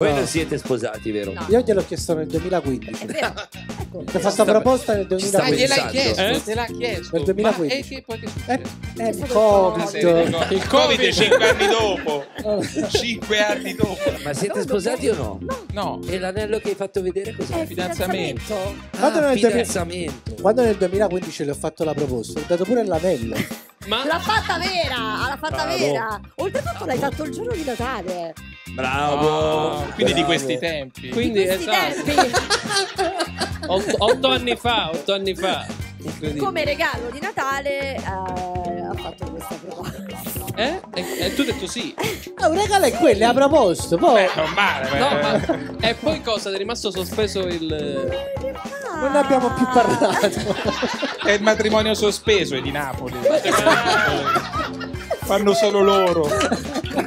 Voi non siete sposati, vero? No. Io gliel'ho chiesto nel 2015. È vero. Ecco. Ti ho fatto proposta nel ci sta Ma 2015. gliel'hai pensando. chiesto, Eh? te l'ha chiesto. Nel 2015. Ma e che poi che Eh, succede? eh, il Serie di Covid. cose. Il Covid 5 cinque anni dopo. Cinque anni dopo. Ma siete sposati o no? Eh No, E l'anello che hai fatto vedere cos'è? È Fidanzamento. cioè, fidanzamento. Vado ah, nel 2000. fidanzamento. Quando nel 2015 le ho fatto la proposta, ho dato pure l'anello. L'ha fatta vera, l'ha fatta Bravo. vera. Oltretutto l'hai fatto il giorno di Natale. Bravo. Ah, quindi di Bravo. questi tempi. Quindi, Questi esatto, tempi otto, otto anni fa, otto anni fa. Incredibile. come regalo di Natale eh, ha fatto questa proposta. Eh? E, e tu hai detto sì. Ah, un regalo è boh. quello, ha proposto. Poi Beh, non male, eh. No, beh. ma... E poi cosa? Ti è rimasto sospeso il... non ne abbiamo più parlato. È il matrimonio sospeso è di Napoli. Fanno solo loro.